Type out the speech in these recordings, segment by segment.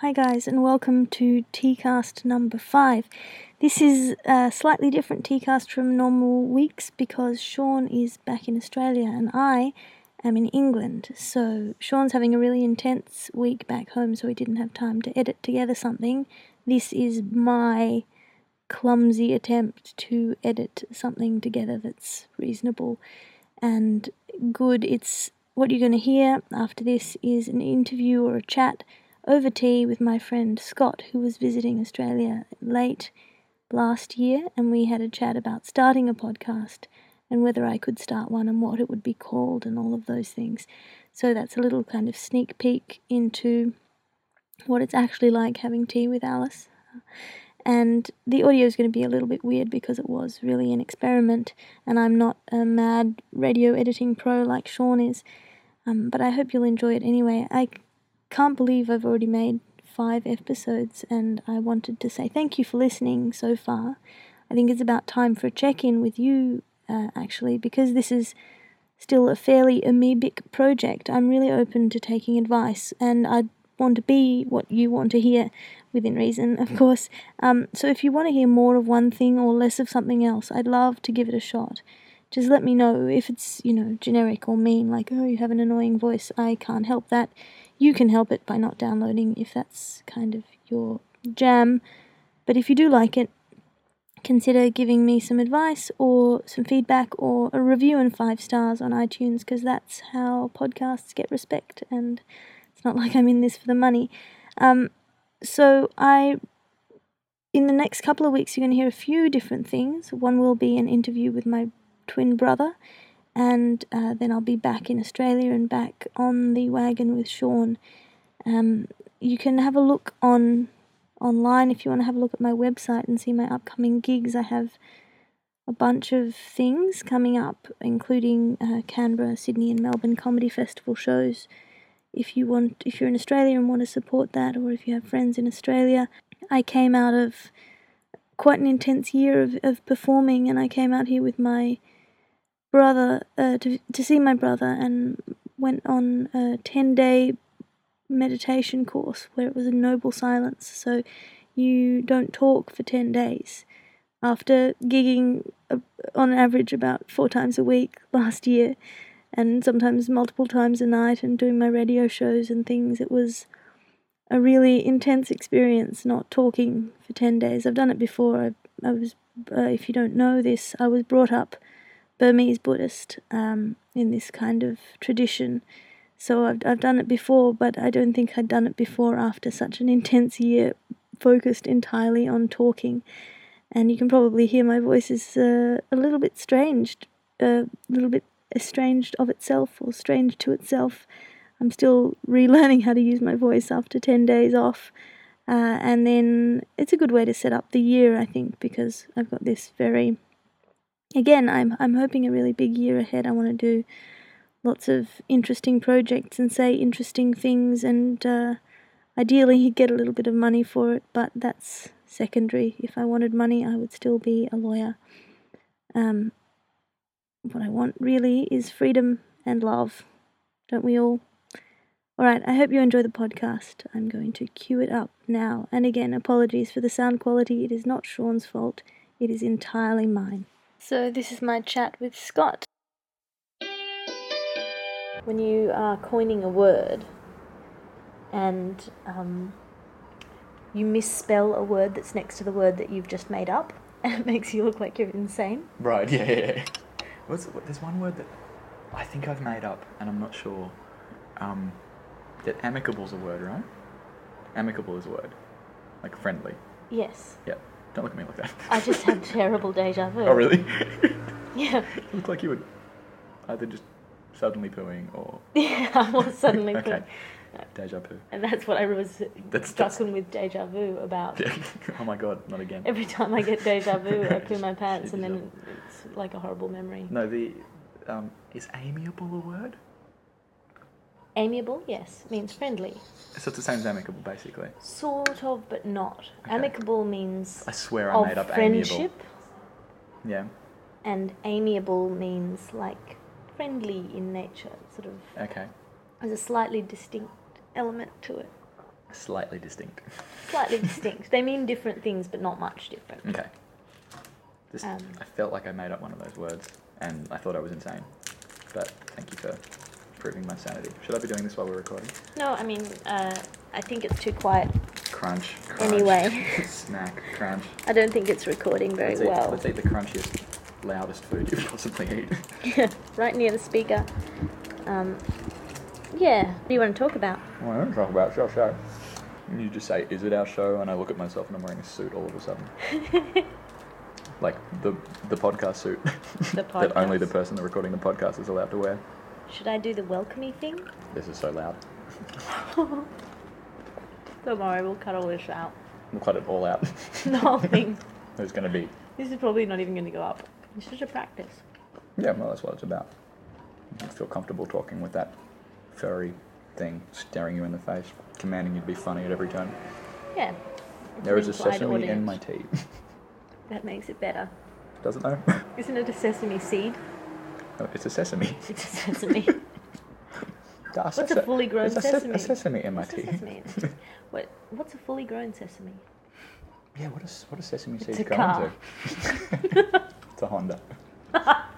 Hi, guys, and welcome to TCast number five. This is a slightly different TCast from normal weeks because Sean is back in Australia and I am in England. So, Sean's having a really intense week back home, so we didn't have time to edit together something. This is my clumsy attempt to edit something together that's reasonable and good. It's what you're going to hear after this is an interview or a chat over tea with my friend Scott, who was visiting Australia late last year, and we had a chat about starting a podcast and whether I could start one and what it would be called and all of those things. So that's a little kind of sneak peek into what it's actually like having tea with Alice. And the audio is going to be a little bit weird because it was really an experiment, and I'm not a mad radio editing pro like Sean is. Um, but I hope you'll enjoy it anyway. I can't believe I've already made five episodes, and I wanted to say thank you for listening so far. I think it's about time for a check in with you, uh, actually, because this is still a fairly amoebic project. I'm really open to taking advice, and I want to be what you want to hear within reason, of course. Um, so if you want to hear more of one thing or less of something else, I'd love to give it a shot just let me know if it's you know generic or mean like oh you have an annoying voice i can't help that you can help it by not downloading if that's kind of your jam but if you do like it consider giving me some advice or some feedback or a review and five stars on itunes because that's how podcasts get respect and it's not like i'm in this for the money um, so i in the next couple of weeks you're going to hear a few different things one will be an interview with my twin brother, and uh, then I'll be back in Australia and back on the wagon with Sean. Um, you can have a look on online if you want to have a look at my website and see my upcoming gigs. I have a bunch of things coming up, including uh, Canberra, Sydney, and Melbourne comedy festival shows. If you want, if you're in Australia and want to support that, or if you have friends in Australia, I came out of quite an intense year of, of performing, and I came out here with my brother uh, to, to see my brother and went on a 10 day meditation course where it was a noble silence. So you don't talk for 10 days. After gigging uh, on average about four times a week last year, and sometimes multiple times a night, and doing my radio shows and things, it was a really intense experience not talking for 10 days. I've done it before. I, I was, uh, if you don't know this, I was brought up Burmese Buddhist um, in this kind of tradition. So I've, I've done it before, but I don't think I'd done it before after such an intense year focused entirely on talking. And you can probably hear my voice is uh, a little bit estranged, a uh, little bit estranged of itself or strange to itself. I'm still relearning how to use my voice after 10 days off. Uh, and then it's a good way to set up the year, I think, because I've got this very, again, I'm, I'm hoping a really big year ahead. I want to do lots of interesting projects and say interesting things and uh, ideally get a little bit of money for it, but that's secondary. If I wanted money, I would still be a lawyer. Um, what I want really is freedom and love. Don't we all? All right, I hope you enjoy the podcast. I'm going to cue it up now. And again, apologies for the sound quality. It is not Sean's fault, it is entirely mine. So, this is my chat with Scott. When you are coining a word and um, you misspell a word that's next to the word that you've just made up, and it makes you look like you're insane. Right, yeah, yeah, yeah. What's, there's one word that I think I've made up, and I'm not sure. Um, that amicable's a word, right? Amicable is a word. Like friendly. Yes. Yeah. Don't look at me like that. I just had terrible deja vu. oh, really? Yeah. It looked like you were either just suddenly pooing or. Yeah, I was suddenly. okay. No. Deja poo. And that's what I was That's- struck with deja vu about. Yeah. oh my god, not again. Every time I get deja vu, I poo my pants, Shit and then yourself. it's like a horrible memory. No, the. Um, is amiable a word? Amiable, yes, means friendly. So it's the same as amicable, basically. Sort of, but not. Okay. Amicable means I swear I of made up friendship, amiable. Yeah. and amiable means like friendly in nature, sort of Okay. There's a slightly distinct element to it. Slightly distinct. Slightly distinct. They mean different things, but not much different. Okay. Just, Um, I felt like I made up one of those words, and I thought I was insane. But thank you for proving my sanity. Should I be doing this while we're recording? No, I mean, uh, I think it's too quiet. Crunch. crunch Anyway. Snack. Crunch. I don't think it's recording very let's Eat, well. let's eat the crunchiest, loudest food you possibly eat. right near the speaker. Um, yeah. What do you want to talk about? Well, I don't talk about it's our show. And you just say, "Is it our show?" And I look at myself, and I'm wearing a suit all of a sudden, like the the podcast suit The that only the podcast. person that recording the podcast is allowed to wear. Should I do the welcomey thing? This is so loud. Don't worry, we'll cut all this out. We'll cut it all out. The whole thing. There's going to be This is probably not even going to go up. It's just a practice. yeah. Well, that's what it's about. You feel comfortable talking with that furry thing staring you in the face, commanding you to be funny at every turn. Yeah. There is a implied sesame in audience. my tea. That makes it better. Doesn't know. Isn't it a sesame seed? it's a sesame. It's a sesame. What's a fully grown a, se- sesame? A sesame in my What's a tea. sesame in it? what, what's a fully grown sesame? Yeah, what is what is sesame It's seeds a going car. to? it's a Honda.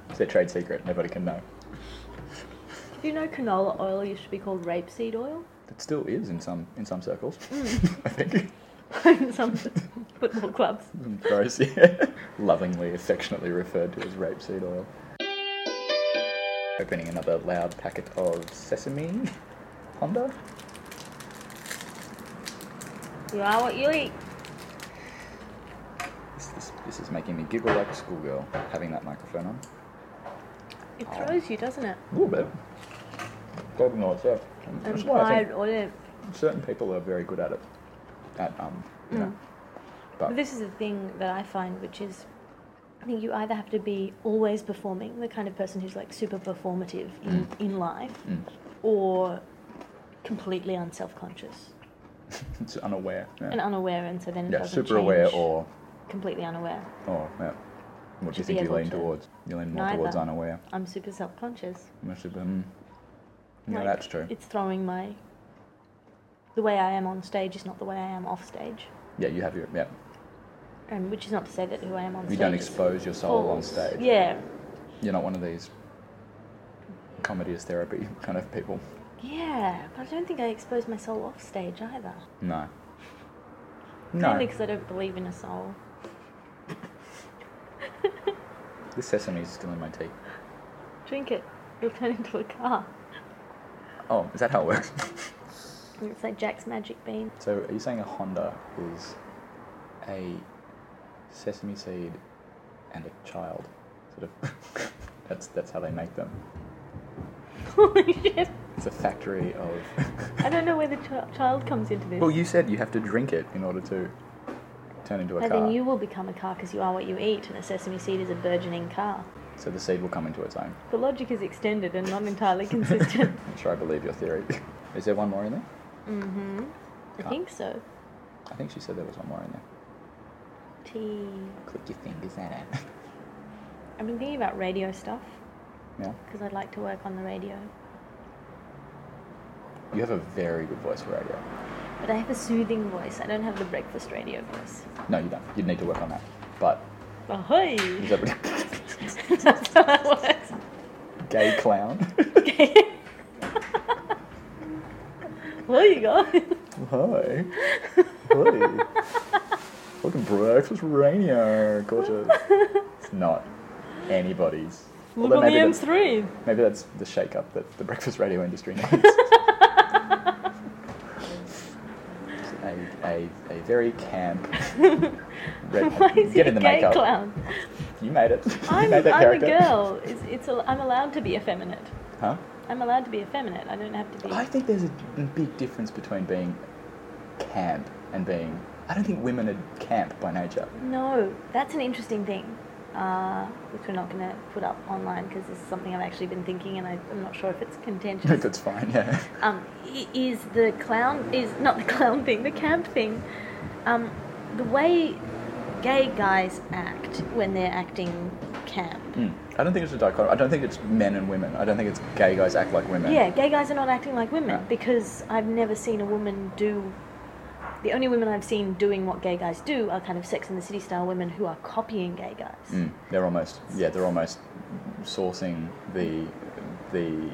it's their trade secret. Nobody can know. Do you know canola oil used to be called rapeseed oil? It still is in some in some circles. I think. In some football clubs. Gross. Yeah. Lovingly, affectionately referred to as rapeseed oil. Opening another loud packet of sesame Honda. You are what you eat. This, this, this is making me giggle like a schoolgirl having that microphone on. It throws you, doesn't it? A little bit. Golden oil itself. That's why I Implied think audience. certain people are very good at it. At um, you know. Mm. But But this is the thing that I find, which is, I think you either have to be always performing, the kind of person who's like super performative in, in life, Mm. or completely unself conscious It's unaware. Yeah, and unaware, and so then it yeah doesn't super aware change. or completely unaware. or yeah. What do you Should be think you able lean to- towards? You lean more towards Neither. unaware. I'm super self conscious. Must have been. Yeah, that's true. It's throwing my. The way I am on stage is not the way I am off stage, Yeah, you have your yeah. um, which is not to say that who I am on You stage. don't is expose your soul on false. stage. Yeah, You're not one of these comedy is therapy kind of people. yeah, but I don't think I expose my soul off stage either. No. Mainly No. because I don't believe in a soul. The sesame is still in my tea. Drink it, you'll turn into a car. Oh, is that how it works? And it's like Jack's magic bean. so are you saying a Honda is a sesame seed and a child? Sort of that's that's how they make them. Holy shit! It's a factory of. I don't know where the ch- child comes into this. well, you said you have to drink it in order to turn into a and car. then you will become a car because you are what you eat, and a sesame seed is a burgeoning car. So the seed will come into its own. The logic is extended and not entirely consistent. I'm sure I believe your theory. Is there one more in there? mm-hmm. I Ah. think so. I think she said there was one more in there. Tea. Click your fingers at it. I've been thinking about radio stuff yeah. because I'd like to work on the radio, You have a very good voice for radio. but I have a soothing voice. I don't have the breakfast radio voice. Oh, No, you don't. You'd need to work on that. But Ahoy! is that That's how that works. gay clown? Okay. there you go. Hi. Hi. Welcome to Breakfast Radio. Gorgeous. It's not anybody's. Look Although on the maybe that- M3. Maybe that's the shake-up that the breakfast radio industry needs. a, a, a very camp. red- Why is get he in a the gay makeup. clown? You made it. you I'm, made that I'm a character. girl. It's, it's a, I'm allowed to be effeminate. Huh? I'm allowed to be effeminate. I don't have to be. I think there's a big difference between being camp and being. I don't think women are camp by nature. No, that's an interesting thing, uh, which we're not going to put up online because this is something I've actually been thinking, and I, I'm not sure if it's contentious. That's fine. Yeah. um, i- is the clown is not the clown thing, the camp thing. Um, the way gay guys act when they're acting camp. Mm. I don't think it's a dichotomy. I don't think it's men and women. I don't think it's gay guys act like women. Yeah, gay guys are not acting like women Yeah. because I've never seen a woman do the only women I've seen doing what gay guys do are kind of Sex in the City style women who are copying gay guys. Mm, they're almost yeah, they're almost sourcing the the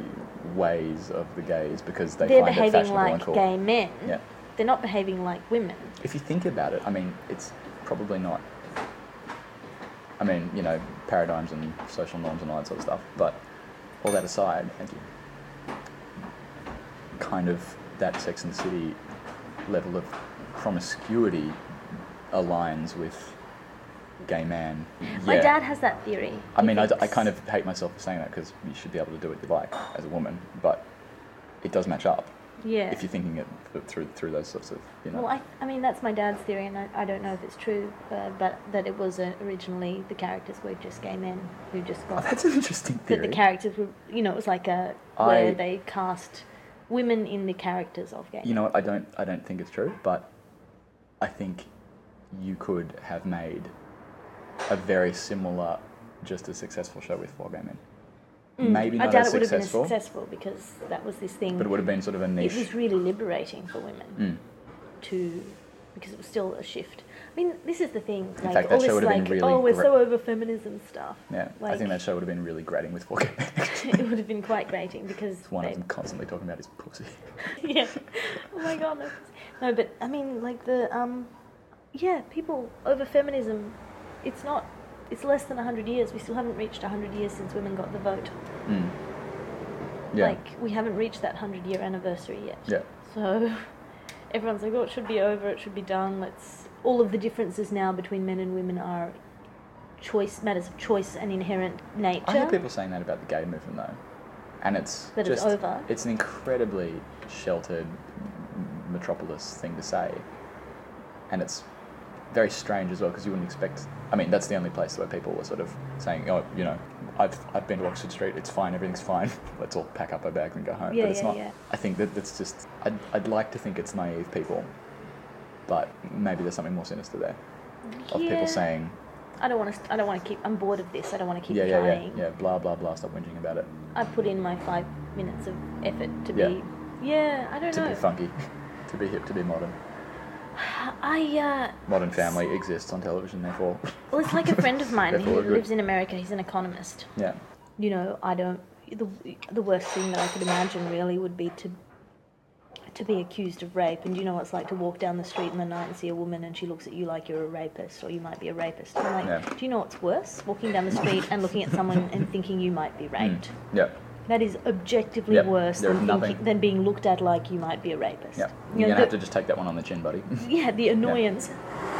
ways of the gays because they They're find it behaving fashionable like and cool. gay men. Yeah. They're not behaving like women. If you think about it, I mean, it's probably not. I mean, you know, paradigms and social norms and all that sort of stuff. But all that aside, thank you. Kind of that Sex and the City level of promiscuity aligns with gay man. My Yeah. dad has that theory. I He mean, I, d- I thinks- kind of hate myself for saying that because you should be able to do what you like as a woman, but it does match up yeah. if you're thinking it th- through through those sorts of you know. Well, I, I mean, that's my dad's theory, and I, I don't know if it's true, uh, but that it was uh, originally the characters were just gay men who just Oh, got. that's an interesting that the theory. characters were, you know, it was like a. I- where they cast women in the characters of gay you know what? I don't I don't think it's true, but I think you could have made a very similar, just as successful show with four gay men. men. Mm. Maybe I not doubt as it would have been as successful, successful because that was this thing. but it would have been sort of a Mm-hmm. it niche. was really liberating for women Mm. to because it was still a shift. I mean, this is the thing. Like, fact, that all show this would have been like, really oh, we're gre- so over feminism stuff. Yeah, I like- think that show would have been really grating with four gay men. it would have been quite grating because One they- of them constantly talking about his pussy. yeah. Oh my god. No, no, but I mean, like the um, yeah, people over feminism. It's not. It's less than hundred years. We still haven't reached hundred years since women got the vote. Mm. Yeah. Like we haven't reached that hundred year anniversary yet. yeah. So everyone's like, oh, it should be over. It should be done. Let's. All of the differences now between men and women are choice matters of choice and inherent nature. I hear people saying that about the gay movement though, and it's That it's just over? it's an incredibly sheltered m- metropolis thing to say, and it's very strange as well because you wouldn't expect. I mean, that's the only place where people were sort of saying, "Oh, you know, I've I've been to Oxford Street. It's fine. Everything's fine. Let's all pack up our bags and go home." Yeah, but it's yeah, not. yeah. I think that that's just. I'd I'd like to think it's naive people, but maybe there's something more sinister there of Yeah. people saying, I don't want to. I don't want to keep. I'm bored of this. I don't want to keep "Yeah, yeah, yeah, trying. yeah, blah blah blah. Stop whinging about it." I put in my five minutes of effort to Yeah. be. Yeah, I don't to be know. funky, to be hip, to be modern. I uh, Modern Family exists on television, therefore. well, it's like a friend of mine Therefore, who we're good. lives in America. He's an economist. Yeah, You know, I don't. The the worst thing that I could imagine really would be to to be accused of rape. And you know what it's like to walk down the street in the night and see a woman and she looks at you like you're a rapist or you might be a rapist. I'm like, Yeah. do you know what's worse? Walking down the street and looking at someone and thinking you might be raped. Mm. yeah, That is objectively Hmm. Yep, worse there is than, nothing- thinking, than being looked at like you might be a rapist. yeah. You You're know, gonna have the- to just take that one on the chin, buddy. Yeah, the annoyance.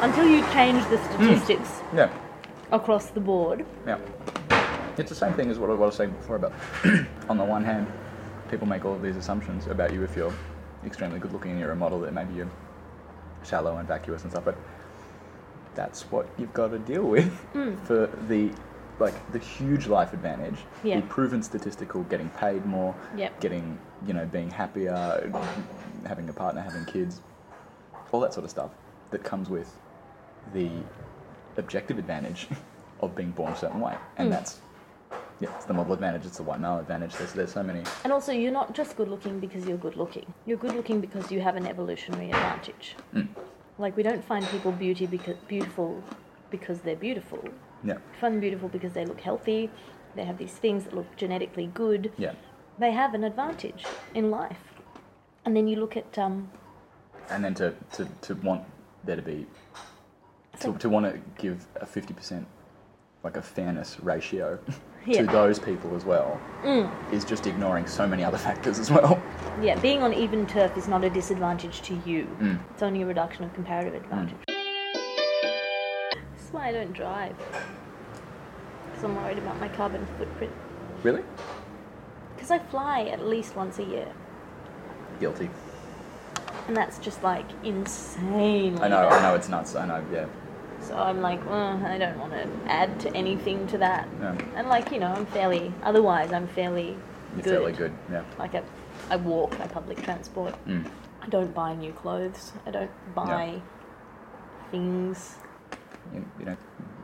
Until you change the statistics yeah, across the board. yeah. It's the same thing as what I what I was saying before about. on the one hand, people make all of these assumptions about you if you're extremely good looking and you're a model that maybe you're shallow and vacuous and stuff, but that's what you've got to deal with for the like the huge life advantage, Yeah. the proven statistical getting paid more, Yep. getting you know being happier, having a partner, having kids, all that sort of stuff that comes with the objective advantage of being born a certain way, and that's yeah, it's the model advantage, it's the white male advantage. There's there's so many And also, you're not just good looking because you're good looking. You're good looking because you have an evolutionary advantage. Like, we don't find people beauty because, beautiful because they're beautiful. We yeah find them beautiful because they look healthy, they have these things that look genetically good. yeah They have an advantage in life. And then you look at um, and then to, to, to want there to be to, to want to give a 50% like a fairness ratio Yeah. Mm. to those people as well is just ignoring so many other factors as well Yeah, being on even turf is not a disadvantage to you. Mm. It's only a reduction of comparative advantage. That's why I don't drive. Because I'm worried about my carbon footprint. really Because I fly at least once a year. guilty And that's just like insane. i know i know it's nuts i know yeah So I'm like, "Ugh, I don't want to add to anything to that. Yeah. And like, you know, I'm fairly, otherwise, I'm fairly you're good. fairly good yeah Like, I, I walk, I public transport. mm. I don't buy new clothes. I don't buy things. you, you don't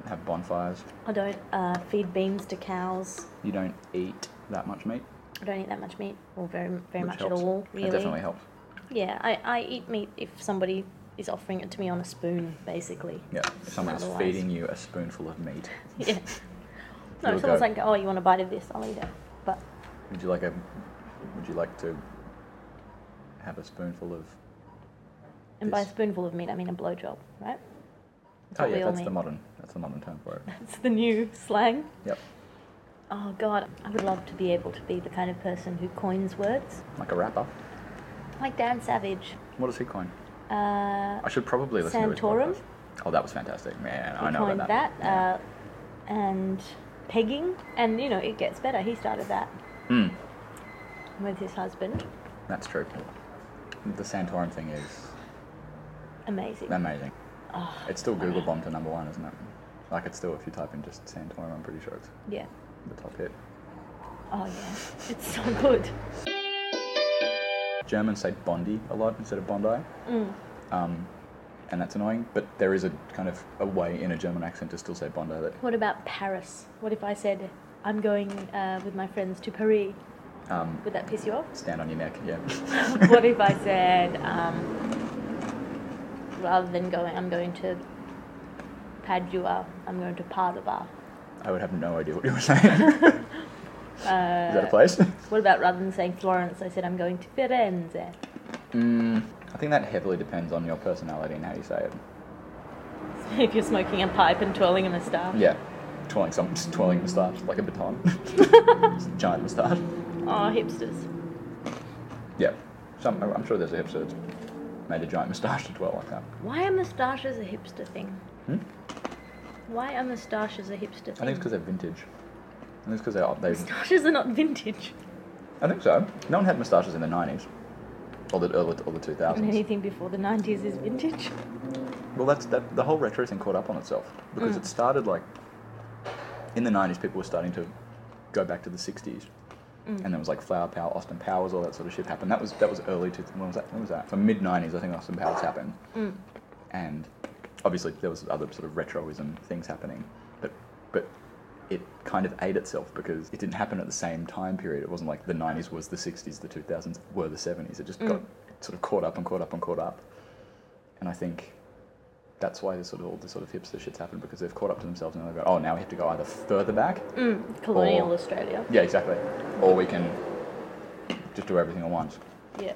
have bonfires I don't uh, feed beans to cows. you don't eat that much meat I don't eat that much meat, or very very which much helps. at all. Really, it definitely helps yeah. I, I eat meat if somebody is offering it to me on a spoon, basically. Yeah, if someone's Otherwise- feeding you a spoonful of meat. Yeah. No, You'll if someone's go- like, oh, you want a bite of this? I'll eat it. But Would you like a? Would you like to have a spoonful of? and by a This- spoonful of meat, I mean a blowjob, right? Oh what we yeah, all that's the need. modern. That's the modern term for it. That's the new slang. Yep, Oh God, I would love to be able to be the kind of person who coins words, like a rapper. like Dan Savage. What does he coin? Uh, I should probably listen to Santorum? his podcast. Oh, that was fantastic, man! he I know coined about that, that. Yeah. uh, and pegging, and you know it gets better. He started that Mm, with his husband. that's true. The Santorum thing is Amazing. amazing. Oh, It's still Google bombed to number one, isn't it? Like it's still if you type in just Santorum, I'm pretty sure it's yeah. the top hit. Oh yeah. It's so good. Germans say Bondi a lot instead of Bondi. Mm. um, and that's annoying. But there is a kind of a way in a German accent to still say Bondi. That What about Paris? What if I said I'm going uh, with my friends to Paris? um, Would that piss you off? stand on your neck. Yeah, what if I said, um, rather than going, I'm going to Padua, I'm going to uh, Padova. I would have no idea what you were saying. is that a Uh, place? what about rather than saying Florence, I said, I'm going to Firenze. mm, I think that heavily depends on your personality and how you say it. if you're smoking a pipe and twirling a moustache. Yeah, twirling some twirling moustache like a baton, giant moustache. Oh, hipsters. Yeah, some, I'm sure there's a hipster that's made a giant moustache to twirl like that. Why are moustaches a hipster thing? Hmm? Why are moustaches a hipster I thing? think it's because they're vintage. I think it's because they they moustaches are not vintage. I think so. No one had moustaches in the 90s. Or the early or the 2000s. And anything before the 90s is vintage. Well, that's that. The whole retro thing caught up on itself because it started like in the '90s. People were starting to go back to the '60s, and there was like Flower Power, Austin Powers, all that sort of shit happened. That was that was early. To, when was that? When was that? So mid '90s, I think Austin Powers happened, and obviously there was other sort of retroism things happening, but but it kind of ate itself because it didn't happen at the same time period. It wasn't like the '90s was the '60s, the 2000s were the '70s. It just got sort of caught up and caught up and caught up, and I think that's why this sort of all this sort of hipster shit's happened because they've caught up to themselves and they've got oh now we have to go either further back Mm, colonial Or- Australia. yeah exactly or we can just do everything at once Yeah.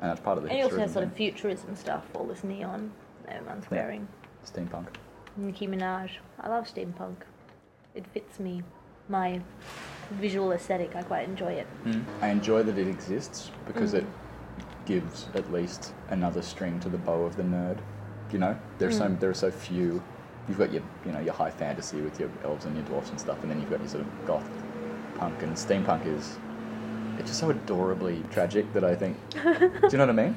and that's part of the And you also hipsterism have sort of thing. futurism stuff, all this neon that everyone's Yeah. wearing. steampunk Nicki Minaj. I love steampunk. It fits me. My visual aesthetic, I quite enjoy it. I enjoy that it exists because it gives at least another string to the bow of the nerd you know there's so there are so few you've got your you know your high fantasy with your elves and your dwarfs and stuff and then you've got your sort of goth punk and steampunk is it's just so adorably tragic that I think. do you know what I mean?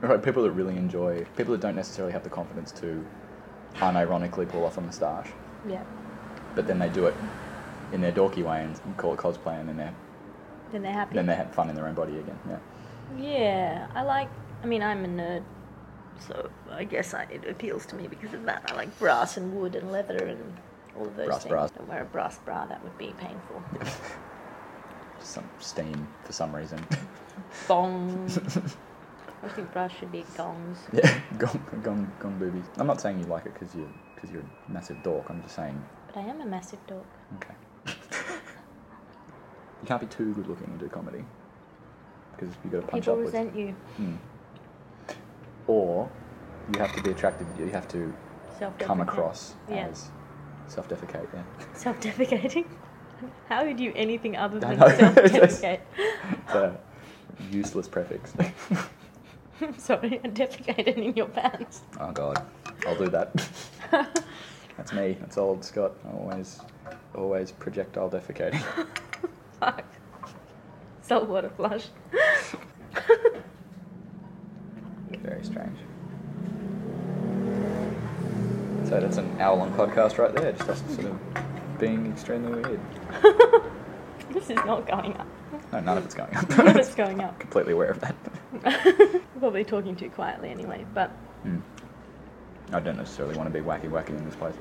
Right, people that really enjoy, people that don't necessarily have the confidence to unironically pull off a moustache, Yeah. but then they do it in their dorky way and call it cosplay, and then they're Then they're happy. then they have fun in their own body again. Yeah, yeah, I like. I mean, I'm a nerd, so I guess I, it appeals to me because of that. I like brass and wood and leather and all of those Brass things. bras. Don't wear a brass bra, that would be painful. just some steam for some reason. Bong. I think brass should be gongs. yeah, gone gone gone boobies. I'm not saying you like it because you because you're a massive dork. I'm just saying But I am a massive dork. okay. you can't be too good looking and do comedy because you got to punch People upwards. resent you. Hmm. Or you have to be attractive. You have to Self come across Yeah. as self-defecate. Yeah. Self defecating? How would you anything other I than know. self defecate? It's a useless prefix. I'm sorry, I defecated in your pants. oh God, I'll do that. That's me. That's old Scott. Always, always projectile defecating. Fuck. Saltwater flush. Very strange. So that's an hour-long podcast right there. Just us sort of being extremely weird. This is not going up. No, none of it's going None of up. it's going up. Completely aware of that. We're probably talking too quietly anyway, but. Hmm. I don't necessarily want to be wacky wacky in this place.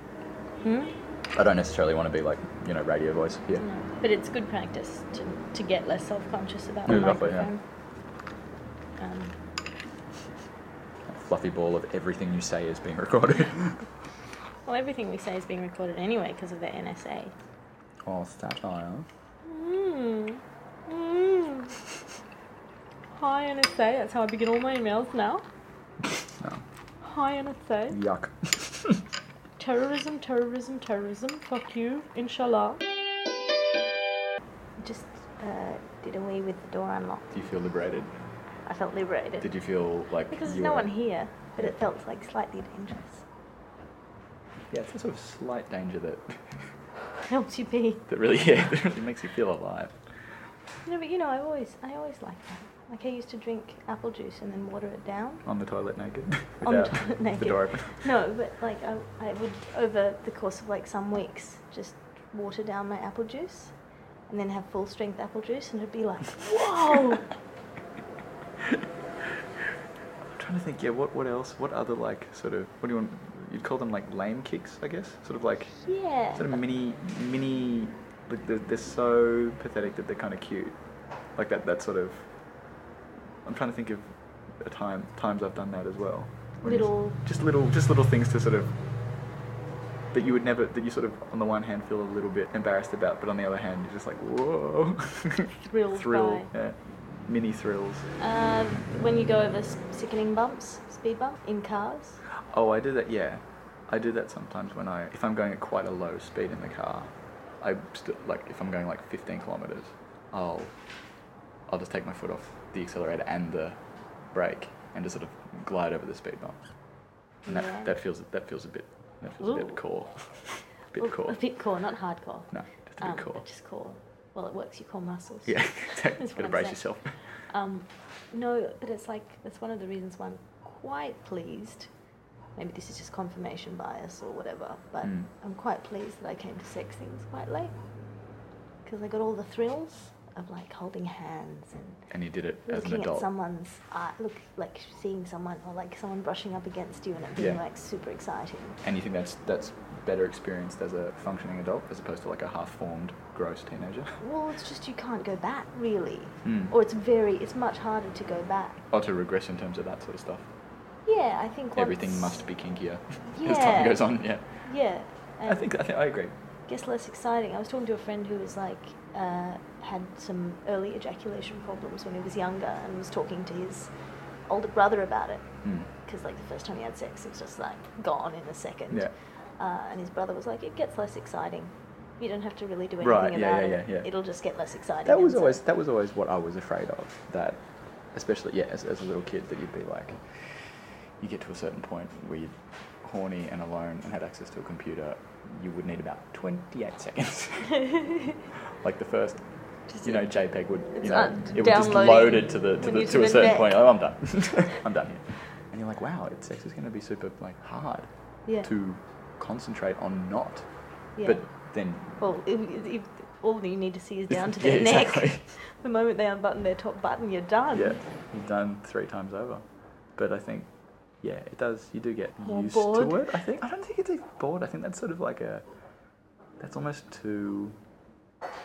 Hmm? I don't necessarily want to be like, you know, radio voice here. No. But it's good practice to, to get less self conscious about Yeah, the exactly, yeah. microphone. Um, Fluff fluffy ball of everything you say is being recorded. Well, everything we say is being recorded anyway because of the NSA. oh, satire. Mmm. Mmm. Hi NSA. That's how I begin all my emails now. No. Hi NSA. Yuck. Terrorism, terrorism, terrorism. Fuck you. Inshallah. Just uh, did away with the door unlock. Do you feel liberated? I felt liberated. Did you feel like because there's you no were- one here, but it felt like slightly dangerous. Yeah, it's a sort of slight danger that Helps you be. that really yeah that really makes you feel alive. No, but you know, I always, I always like that. Like I used to drink apple juice and then water it down. On the toilet naked. on the Without toilet naked. The door open. No, but like I, I would over the course of like some weeks just water down my apple juice, and then have full strength apple juice, and it'd be like, whoa. I'm trying to think. Yeah, what what else? What other like sort of what do you want? You'd call them like lame kicks, I guess. Sort of like yeah. sort of mini mini. Like they're, they're so pathetic that they're kind of cute. Like that that sort of. I'm trying to think of a time times I've done that as well. When it's- Little- Just little just little things to sort of. That you would never, that you sort of, on the one hand, feel a little bit embarrassed about, but on the other hand, you're just like, whoa, Thrilled thrill, by. yeah, mini thrills. Um, when you go over s- sickening bumps, speed bumps in cars. Oh, I do that. Yeah, I do that sometimes when I, if I'm going at quite a low speed in the car, I still like if I'm going like 15 kilometers, I'll, I'll just take my foot off the accelerator and the brake and just sort of glide over the speed bump. And that, Yeah. that feels that feels a bit that feels a Ooh. bit core, bit Well, core. A bit core, not hardcore. Um, No, just a bit core. Just core. Well, it works your core muscles. Yeah, exactly. That's what Gotta I'm brace saying. yourself. Um, no, but it's like that's one of the reasons why I'm quite pleased. Maybe this is just confirmation bias or whatever, but Mm. I'm quite pleased that I came to sex things quite late because I got all the thrills of like holding hands and And you did it as an looking at adult. someone's eye, look like seeing someone or like someone brushing up against you and it being Yeah. like super exciting. And you think that's that's better experienced as a functioning adult as opposed to like a half-formed, gross teenager? Well, it's just you can't go back really, Mm. or it's very it's much harder to go back. Or to regress in terms of that sort of stuff. Yeah, I think Everything once- must be kinkier as Yeah. time goes on. Yeah, Yeah, I and- think I think I agree. gets less exciting. I was talking to a friend who was like uh, had some early ejaculation problems when he was younger, and was talking to his older brother about it Mm. because like the first time he had sex, it was just like gone in a second. Yeah. Uh, and his brother was like, "It gets less exciting. You don't have to really do anything Right, yeah, about yeah, it. yeah, yeah. It'll just get less exciting." That and was so- always that was always what I was afraid of. That, especially yeah, as, as a little kid, that you'd be like, you get to a certain point where you're horny and alone and had access to a computer, you would need about 28 seconds. like the first, Just- you know, JPEG would It's you know un- it would just downloading loaded to the to, when the, you to turn a it certain back. point. Oh, I'm done. I'm done here. And you're like, wow, it, sex is going to be super like hard yeah. to concentrate on not. yeah. But then well, if, if, all you need to see is It's- down to yeah, their neck. exactly. The moment they unbutton their top button, you're done. Yeah, you've done three times over. But I think, yeah, it does. You do get More used bored? to it. I think. I don't think it's like bored. I think that's sort of like a. That's almost too.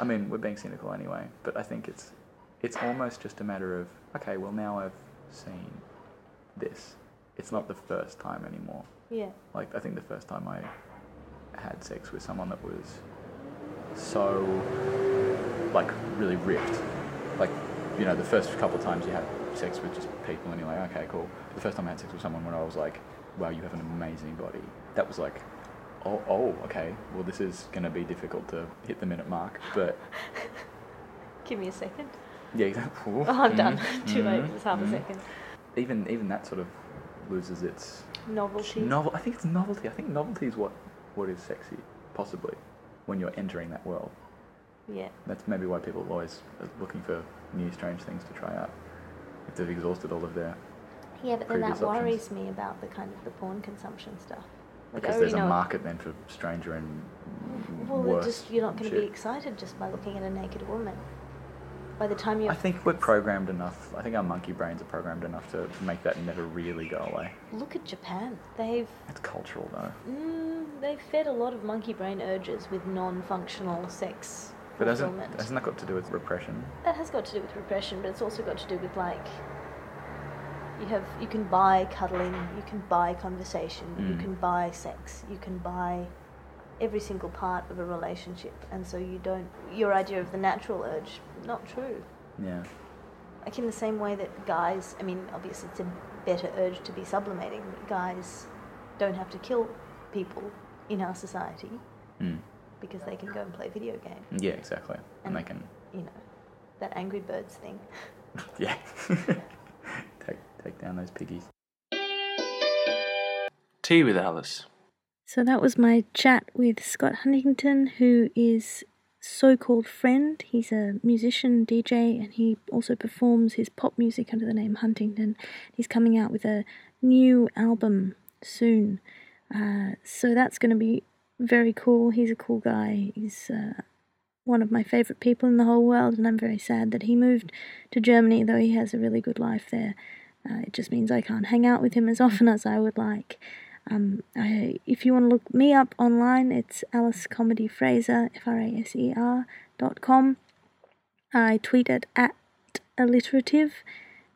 I mean, we're being cynical anyway, but I think it's, it's almost just a matter of okay, well now I've seen, this. It's not the first time anymore. Yeah. Like I think the first time I had sex with someone that was so like really ripped. Like you know, the first couple of times you have sex with just people and you're like, okay, cool. The first time I had sex with someone when I was like, wow, you have an amazing body. That was like, oh, oh, okay. Well, this is gonna be difficult to hit the minute mark, but Give me a second. yeah, exactly. Oh, I'm done. Mm-hmm. Too late. It's half a second. Even even that sort of loses its Novelty. Novel. I think it's novelty. I think novelty is what, what is sexy, possibly, when you're entering that world. Yeah. That's maybe why people are always looking for new, strange things to try out. If they've exhausted all of their, Yeah, but then Previous that options. worries me about the kind of the porn consumption stuff. Like, I because already there's know- a market then for stranger and Well, it worse. just you're not going to be shit. excited just by looking at a naked woman. By the time you I think we're programmed enough. I think our monkey brains are programmed enough to make that never really go away. look at Japan, they've It's cultural though. mm, they've fed a lot of monkey brain urges with non-functional sex But hasn't, fulfillment. hasn't that got to do with repression? That has got to do with repression, but it's also got to do with like You have you can buy cuddling, you can buy conversation, you Mm. can buy sex, you can buy every single part of a relationship, and so you don't your idea of the natural urge not true. Yeah. Like in the same way that guys, I mean, obviously it's a better urge to be sublimating, but guys don't have to kill people in our society Mm. because they can go and play video games. Yeah, exactly. And they can, You know, that Angry Birds thing. yeah, take take down those piggies. Tea with Alice. So that was my chat with Scott Huntington, who is so called friend. He's a musician, DJ, and he also performs his pop music under the name Huntington. He's coming out with a new album soon. Uh, so that's going to be very cool. He's a cool guy. He's uh, one of my favourite people in the whole world, and I'm very sad that he moved to Germany, though he has a really good life there. Uh, it just means I can't hang out with him as often as I would like. Um, I, if you want to look me up online, it's Alice Comedy Fraser, F R A S E R dot com. I tweet it at alliterative,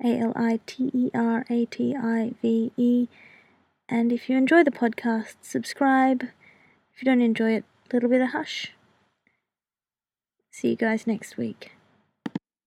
A L I T E R A T I V E. And if you enjoy the podcast, subscribe. If you don't enjoy it, a little bit of hush. See you guys next week.